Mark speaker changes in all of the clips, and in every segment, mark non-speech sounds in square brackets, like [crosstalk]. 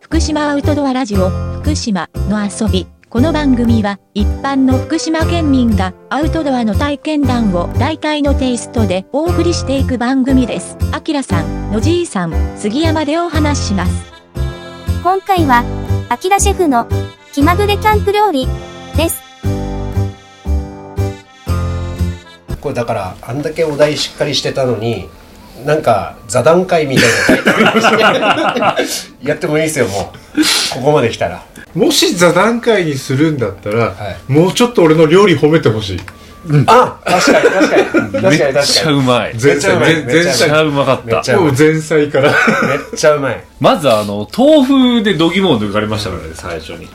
Speaker 1: 福島アウトドアラジオ福島の遊びこの番組は一般の福島県民がアウトドアの体験談を大体のテイストでお送りしていく番組ですあきらさんのじいさん杉山でお話しします
Speaker 2: 今回は、アキラシェフの気まぐれキャンプ料理です。
Speaker 3: これだからあんだけお題しっかりしてたのになんか座談会みたいなのタイトルにしてやってもいいですよもうここまで来たら
Speaker 4: もし座談会にするんだったら、
Speaker 3: は
Speaker 4: もうちょっと俺の料理褒めてほしい
Speaker 3: あ確かに確かに確かに確かに
Speaker 5: めっちゃうまい。めっ
Speaker 4: 前
Speaker 3: ちゃう
Speaker 4: 菜
Speaker 3: まい
Speaker 4: 前前
Speaker 5: ち
Speaker 4: 菜
Speaker 5: ゃうまかっ
Speaker 3: めったち。ゃうま
Speaker 4: も
Speaker 3: いう
Speaker 4: 前菜から
Speaker 3: めっちゃうまい
Speaker 5: まずあの、豆腐でどぎもを抜かれましたからね、最初に。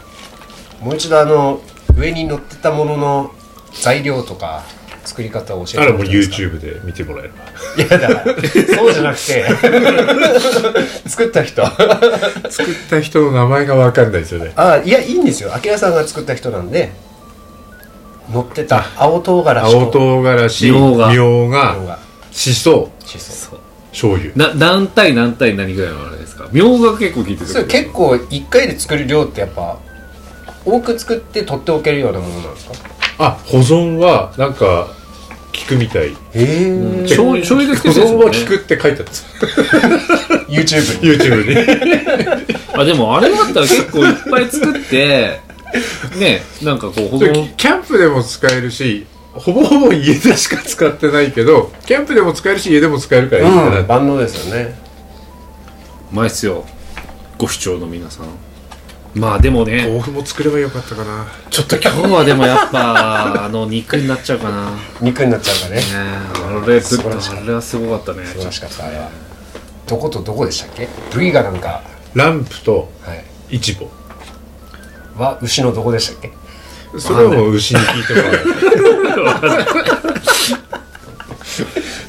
Speaker 3: もう一度あの上に乗ってたものの材料とか作り方を教えて
Speaker 4: あれもう
Speaker 3: らえますか
Speaker 4: YouTube で見てもらえれば
Speaker 3: いやだからそうじゃなくて [laughs] 作った人
Speaker 4: 作った人の名前が分かんないですよね
Speaker 3: あいやいいんですよ明さんが作った人なんで乗ってた青唐辛子と
Speaker 4: 青唐辛子
Speaker 5: みょうが
Speaker 4: みょう
Speaker 3: みょう
Speaker 4: が
Speaker 3: が
Speaker 4: しそ
Speaker 3: しそ
Speaker 4: 醤油
Speaker 5: な、何対何対何ぐらいのあれですかみょうが結構効いてる。
Speaker 3: それ結。構1回で作る量ってやっぱ多く作って取っておけるようなものなんですか
Speaker 4: あ保存はなんか効くみたい
Speaker 3: へえ
Speaker 5: 醤油、醤油で
Speaker 4: 保
Speaker 5: 作ってる
Speaker 4: 存
Speaker 5: ん
Speaker 4: は
Speaker 5: ですよ
Speaker 4: 効くって書いてあった
Speaker 3: YouTube に
Speaker 4: YouTube に
Speaker 5: ね。あ、でもあれだったら結構いっぱい作って、 [laughs] ね、なんかこう、保
Speaker 4: それ
Speaker 5: 存。
Speaker 4: キャンプでも使えるしほぼほぼ家でしか使ってないけどキャンプでも使えるし家でも使えるからいいかな
Speaker 3: うん、万能ですよね
Speaker 5: うまいっすよ。ご視聴の皆さん。まあでもね、
Speaker 4: 豆腐も作ればよかったかな
Speaker 5: ちょっと今日はでもや
Speaker 3: [laughs]
Speaker 5: っぱ、あの、肉になっちゃうかな。ね
Speaker 3: 肉になっちゃうからね
Speaker 5: えあれ、
Speaker 3: 素晴らしかっ
Speaker 5: あれはすごかったね。
Speaker 3: 素晴らしかったあれはどことどこでしたっけ部位がなんか、
Speaker 4: ランプと
Speaker 3: はい、
Speaker 4: イチボ
Speaker 3: は牛のどこでしたっけ
Speaker 4: それはもう牛に聞いてもら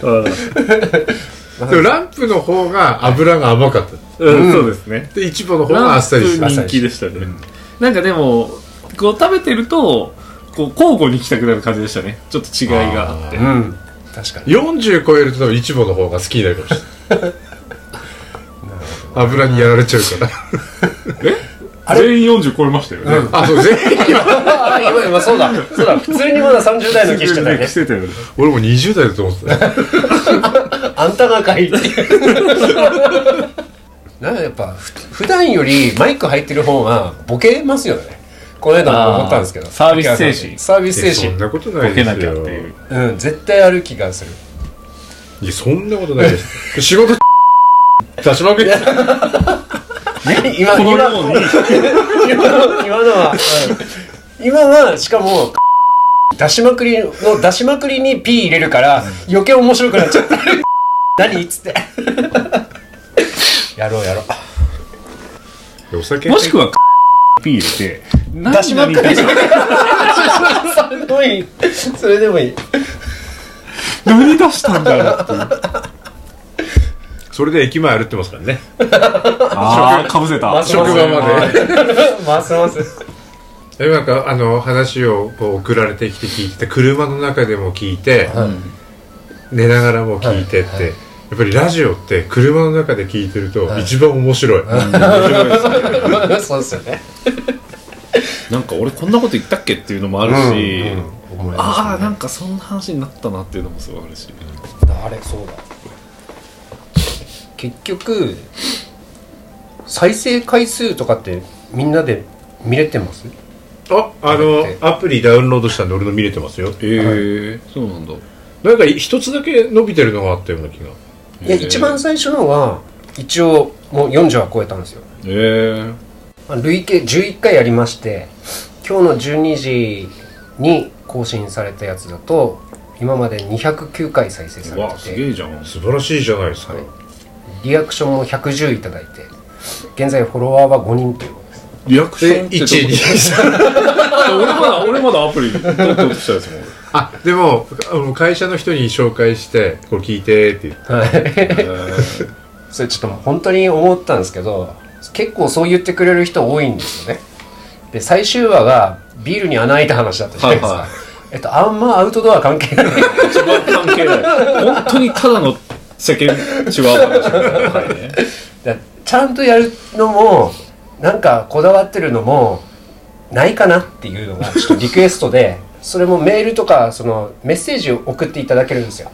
Speaker 4: う
Speaker 5: う
Speaker 4: [laughs]
Speaker 5: ん
Speaker 4: でもランプの方が油が甘かった、
Speaker 5: うん、そうですね。
Speaker 4: でイチボの方があっさりして
Speaker 3: ラ
Speaker 4: る
Speaker 3: ンプ
Speaker 5: 人気でしたね、なんかでもこう食べてるとこう交互に行きたくなる感じでしたねちょっと違いがあって
Speaker 3: うん確かに
Speaker 4: 40超えると多分イチボの方が好きになるかもし [laughs] れない油にやられちゃう [laughs] か
Speaker 5: 全員40超えましたよね、
Speaker 4: らあそう全員
Speaker 3: ああ [laughs] 今今そうだそうだ普通にまだ30代の気してたよね
Speaker 5: 着てたよね
Speaker 4: 俺も20代だと思って [laughs] た
Speaker 3: あんたがかいっていう [laughs] なんかやっぱふ普段よりマイク入ってる方がボケますよねこの間も思ったんですけど
Speaker 5: あーサービス精神
Speaker 3: サービス
Speaker 4: そ
Speaker 3: 精
Speaker 4: ん
Speaker 3: 神
Speaker 4: なことな
Speaker 5: ボ
Speaker 4: い
Speaker 5: ケ
Speaker 4: で
Speaker 5: な
Speaker 4: す
Speaker 5: きゃって
Speaker 4: よ
Speaker 5: いう
Speaker 3: うん絶対ある気がする
Speaker 4: いやそんなことないです [laughs] 仕事出しまくり
Speaker 3: [laughs] 今今
Speaker 5: この
Speaker 3: 今の
Speaker 5: ように
Speaker 3: 今のは、うん今はしかも出しまくりの出しまくりに P 入れるから余計面白くなっちゃった [laughs] 何っつってやろう [laughs] やろう
Speaker 4: お酒
Speaker 5: もしくは P 入れて
Speaker 3: 出しまくり
Speaker 5: 何々
Speaker 3: すごいそれでもいい
Speaker 5: 何出したんだろうっていう
Speaker 4: それで駅前歩ってますからね
Speaker 5: ああかぶせた
Speaker 3: ますます
Speaker 4: 職場ま
Speaker 3: ますます [laughs]
Speaker 4: でなんかあの話をこう送られてきて聞いて車の中でも聞いて、寝ながらも聞いてって、
Speaker 3: はいはい
Speaker 4: やっぱりラジオって車の中で聞いてると一番面白い、面白いですね
Speaker 3: そうですよね。
Speaker 5: なんか俺こんなこと言ったっけっていうのもあるし、ああなんかそんな話になったなっていうのもすごいあるし
Speaker 3: あ、あれ、そうだ。結局、再生回数とかってみんなで見れてます
Speaker 4: ああのアプリダウンロードしたんで俺の見れてますよ
Speaker 5: ええそうなんだ
Speaker 4: なんか一つだけ伸びてるのがあったような気が
Speaker 3: いや、一番最初のは、一応もう40は超えたんですよ。
Speaker 5: ええ
Speaker 3: まあ累計11回やりまして、今日の12時に更新されたやつだと、今まで209回再生さ
Speaker 5: う
Speaker 3: れ
Speaker 5: わ
Speaker 3: て
Speaker 5: す
Speaker 3: て。
Speaker 5: げえじゃん
Speaker 4: 素晴らしいじゃないですか、
Speaker 3: リアクションも110いただいて現在フォロワーは5人ということです
Speaker 5: リアクション
Speaker 4: で
Speaker 5: ってどこ
Speaker 4: 1 2 3
Speaker 5: 俺まだ俺まだアプリ取って落としたやつもん
Speaker 4: あ [laughs] でもあの会社の人に紹介してこれ聞いてって言って
Speaker 3: それちょっともう本当に思ったんですけど結構そう言ってくれる人多いんですよねで最終話がビールに穴開いた話だったじゃないですか、
Speaker 5: はいはい
Speaker 3: えっと、あんまアウトドア関係ない [laughs]
Speaker 5: 一番関係ない本当にただの世間チワワ話みたいなはいね
Speaker 3: だちゃんとやるのもなんかこだわってるのもないかなっていうのがちょっとリクエストで [laughs] それもメールとかそのメッセージを送っていただけるんですよ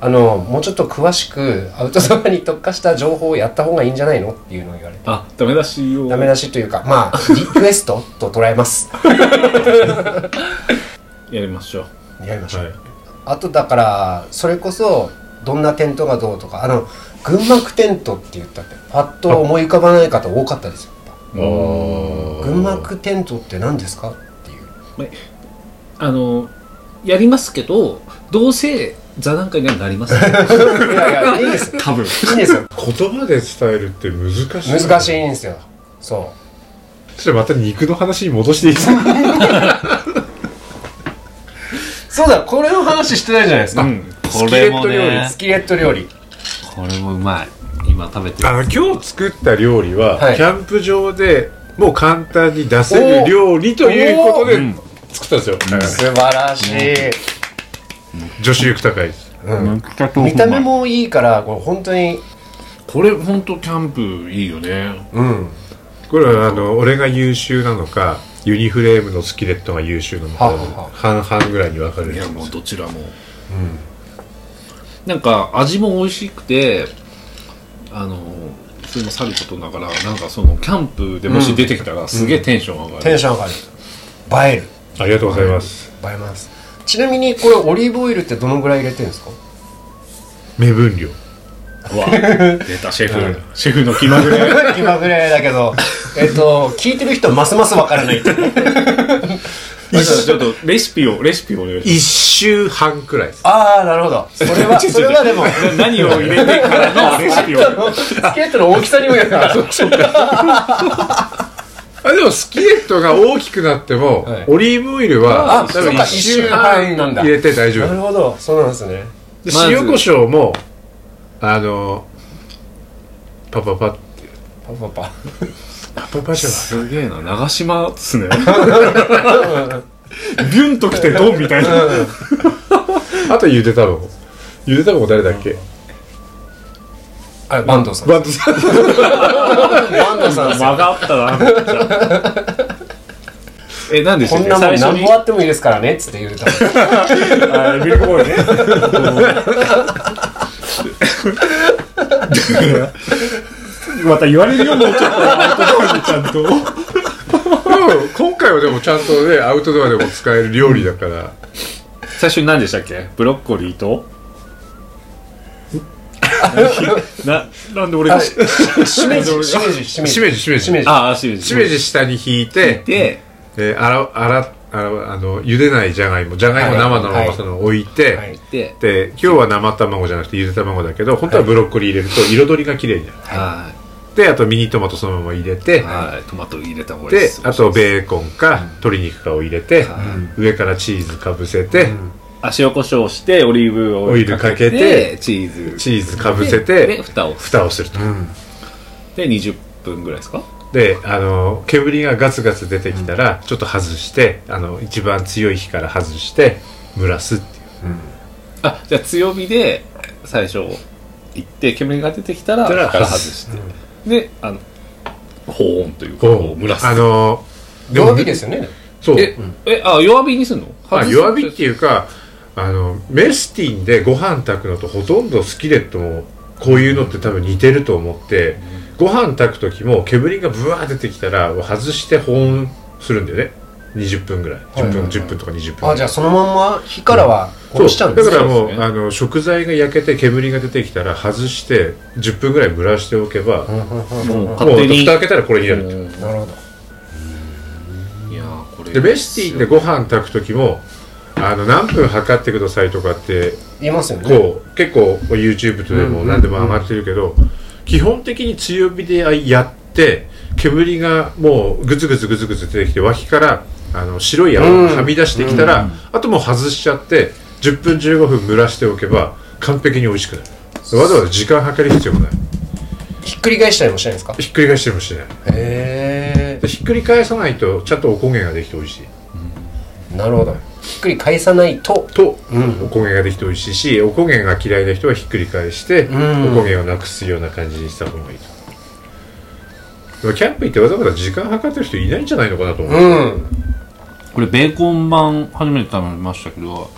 Speaker 3: あのもうちょっと詳しくアウトドアに特化した情報をやった方がいいんじゃないのっていうのを言われて
Speaker 5: あダメ出しを
Speaker 3: ダメ出しというかまあリクエストと捉えます
Speaker 5: やりましょう
Speaker 3: やりましょう、
Speaker 4: はい
Speaker 3: あとだからそれこそどんなテントがどうとかあの群幕テントって言ったってパッと思い浮かばない方多かったですよやっぱ群幕テントって何ですかっていう
Speaker 5: あのやりますけどどうせ座談会にはなります、 [laughs]
Speaker 3: いやいやいいです
Speaker 5: 多分
Speaker 3: いいんですよ
Speaker 4: 言葉で伝えるって難しい
Speaker 3: 難しいんですよそ
Speaker 4: ちょっとまた肉の話に戻していいですか
Speaker 3: うそうだこれの話してないじゃないですか、
Speaker 5: うん
Speaker 4: ス
Speaker 5: こ
Speaker 4: キレ
Speaker 5: れ
Speaker 4: ッ
Speaker 5: も
Speaker 4: ト料理
Speaker 5: ね
Speaker 3: スキレット料理
Speaker 5: これもうまい今食べてる
Speaker 4: あの今日作った料理は、
Speaker 3: はい
Speaker 4: キャンプ場でもう簡単に出せる料理ということで
Speaker 5: うん
Speaker 4: 作ったんですよ、だからね
Speaker 3: 素晴らしい、
Speaker 4: 女子力高いです
Speaker 3: うん見た目もいいからこれ本当に
Speaker 5: これほんとキャンプいいよね
Speaker 3: うん
Speaker 4: これはあの俺が優秀なのかユニフレームのスキレットが優秀なのか
Speaker 3: はあはあ
Speaker 4: 半々ぐらいに分かれ
Speaker 5: い
Speaker 4: る
Speaker 5: やもうどちらも、なんか味も美味しくてあのそれもさることながらなんかそのキャンプでもし出てきたらすげえテンション上がる、
Speaker 3: テンション上がる映える
Speaker 4: ありがとうございます
Speaker 3: 映えますちなみにこれオリーブオイルってどのぐらい入れてるんですか
Speaker 4: 目分量
Speaker 5: うわ出たシェフ、シェフの気まぐれ
Speaker 3: [laughs] 今ぐらいだけどえっと聞いてる人ますますわからないって
Speaker 5: ちょっとレシピをレシピをお願いし
Speaker 4: 一周半くらいです
Speaker 3: ああなるほどそれ [laughs] はそれはでも
Speaker 5: ます何を入れてからのレシピを
Speaker 3: スケートの大きさにもよるから
Speaker 4: あでもスキレットが大きくなっても、
Speaker 3: はい
Speaker 4: オリーブオイル
Speaker 3: あ
Speaker 4: は多
Speaker 3: そっ
Speaker 4: 分
Speaker 3: か
Speaker 4: 一周半入れて大丈
Speaker 3: なる
Speaker 4: 夫
Speaker 3: ほどそうなんですね
Speaker 4: で
Speaker 5: まず
Speaker 4: 塩コショウもあのパパパ
Speaker 3: パパパ
Speaker 4: パパパじゃない
Speaker 5: すげえな長島っ
Speaker 3: [laughs]
Speaker 5: すねビュンときてドンみたいな
Speaker 4: あとゆで卵ゆで卵誰だっけ
Speaker 3: あ坂東さん
Speaker 4: バンドさ
Speaker 3: [laughs] 坂東さん [laughs] で
Speaker 4: ん
Speaker 3: すよ
Speaker 5: 間があったなめっちゃえなんでし
Speaker 3: こ
Speaker 5: た
Speaker 3: んな
Speaker 5: っけ
Speaker 3: もん
Speaker 5: 最初
Speaker 3: 何
Speaker 5: に
Speaker 3: 本あってもいいですからねっつって言うた
Speaker 5: あミルクボーイねまた言われるよもうちょっとちゃんと
Speaker 4: うん今回はでもちゃんとねアウトドアでも使える料理だから
Speaker 5: 最初に何でしたっけブロッコリーと [laughs] ななんで俺が
Speaker 3: しめじしめじしめじ
Speaker 4: しめじしめじ
Speaker 3: しめじ
Speaker 5: ああしめじ
Speaker 4: しめじ下に引いて
Speaker 5: で
Speaker 4: えー、洗う洗う洗うあの茹でないじゃがいもじゃがいも生のま
Speaker 3: はい
Speaker 4: まその置いて、
Speaker 3: はい
Speaker 5: で
Speaker 4: で今日は生卵じゃなくてゆで卵だけど本当はブロッコリー入れると彩りが綺麗になる、
Speaker 5: は
Speaker 4: であとミニトマトそのまま入れ
Speaker 5: い
Speaker 4: て
Speaker 5: はいトマト入れた方がいい
Speaker 4: で
Speaker 5: です
Speaker 4: あとベーコンか鶏肉かを入れて、上からチーズかぶせて、
Speaker 5: あ塩コショウしてオリーブオ
Speaker 4: オ
Speaker 5: イ
Speaker 4: イ
Speaker 5: ル
Speaker 4: ル
Speaker 5: か
Speaker 4: かけ
Speaker 5: け
Speaker 4: て
Speaker 5: てチーズ
Speaker 4: チーズかぶせ
Speaker 5: で
Speaker 4: て
Speaker 5: で蓋を
Speaker 4: 蓋をすると、
Speaker 5: で20分ぐらいですか
Speaker 4: であの煙がガツガツ出てきたらちょっと外してあの一番強い火から外して蒸らすっていう
Speaker 5: あじゃあ強火で最初行って煙が出てきたら
Speaker 4: たら
Speaker 5: 蓋外して、であの保温というかこう蒸らす
Speaker 4: あのでも
Speaker 3: 弱火ですよね
Speaker 4: そう
Speaker 5: ええあ弱火にすんの
Speaker 4: まあ、
Speaker 5: 外す
Speaker 4: 弱火っていうかあのメスティンでご飯炊くのとほとんどスキレットもこういうのって多分似てると思って、ご飯炊く時も煙がブワー出てきたら外して保温するんだよね20分ぐらい10分、
Speaker 3: はいはいはい
Speaker 4: 10分とか20分
Speaker 3: あじゃあそのまんま火からは
Speaker 4: そ
Speaker 3: 落ちちゃうん
Speaker 4: う
Speaker 3: で
Speaker 4: だ
Speaker 3: す
Speaker 4: から
Speaker 3: ね
Speaker 4: もう
Speaker 5: そうですね
Speaker 4: あの食材が焼けて煙が出てきたら外して10分ぐらい蒸らしておけば、も
Speaker 5: もう
Speaker 4: う
Speaker 5: 勝手に
Speaker 4: 蓋開けたらこれになる、
Speaker 5: うん
Speaker 3: なるほど
Speaker 5: いやーこれ
Speaker 4: でメスティンでご飯炊く時もあの何分測ってくださいとかって
Speaker 3: 言いますよね
Speaker 4: こう結構 YouTube とでも何でも上がってるけど、基本的に強火でやって煙がもうグツグツグツグツ出てきて脇からあの白い泡がはみ出してきたら、あともう外しちゃって10分15分蒸らしておけば完璧に美味しくなるわざわざ時間計る必要もない
Speaker 3: ひっくり返したりもしないですか
Speaker 4: ひっくり返してもしない
Speaker 3: へ
Speaker 4: でひっくり返さないとちゃんとお焦げができて美味しい
Speaker 3: えなるほどひっくり返さないと
Speaker 4: と、
Speaker 3: うん
Speaker 4: お焦げができて美味しいしお焦げが嫌いな人はひっくり返して、
Speaker 3: ん
Speaker 4: お焦げをなくすような感じにした方がいいとでもキャンプ行ってわざわざ時間計ってる人いないんじゃないのかなと思う、
Speaker 3: うん
Speaker 5: これベーコン版初めて食べましたけど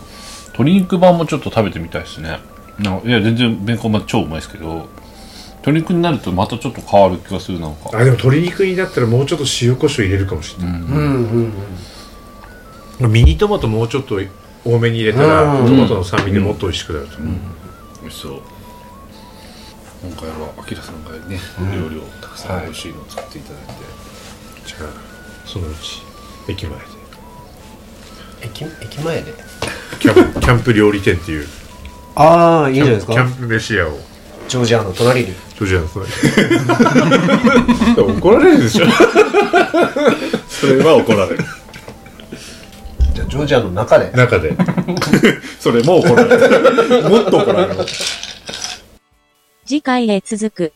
Speaker 5: 鶏肉版もちょっと食べてみたいですねなんかいや全然ベーコン版超うまいですけど鶏肉になるとまたちょっと変わる気がするなんか
Speaker 4: あでも鶏肉になったらもうちょっと塩コショウ入れるかもしれない、
Speaker 3: うんうん
Speaker 4: ミニトマトもうちょっと多めに入れたら、
Speaker 3: うん
Speaker 4: トマトの酸味でもっと美味しくなると思う、
Speaker 5: 美味しそう今回はあきらさんがね、料理をたく
Speaker 3: は
Speaker 5: さ
Speaker 3: い
Speaker 5: ん美味しいのを作っていただいて、
Speaker 4: じゃあそのうち駅前で
Speaker 3: 駅駅前で
Speaker 4: キャンプキャンプ料理店っていう
Speaker 3: ああいい
Speaker 4: キ
Speaker 3: じゃないで
Speaker 4: ャン
Speaker 3: す
Speaker 4: プキャ
Speaker 3: か
Speaker 4: ンプ飯屋を
Speaker 3: ジョージアの隣に
Speaker 4: ジョージアの隣怒られるでしょ
Speaker 5: それは怒られる
Speaker 3: じゃあジョージアの中で
Speaker 4: 中で
Speaker 5: [laughs]
Speaker 4: [laughs]
Speaker 5: それも怒られるもっと怒られる
Speaker 1: 次回へ続く。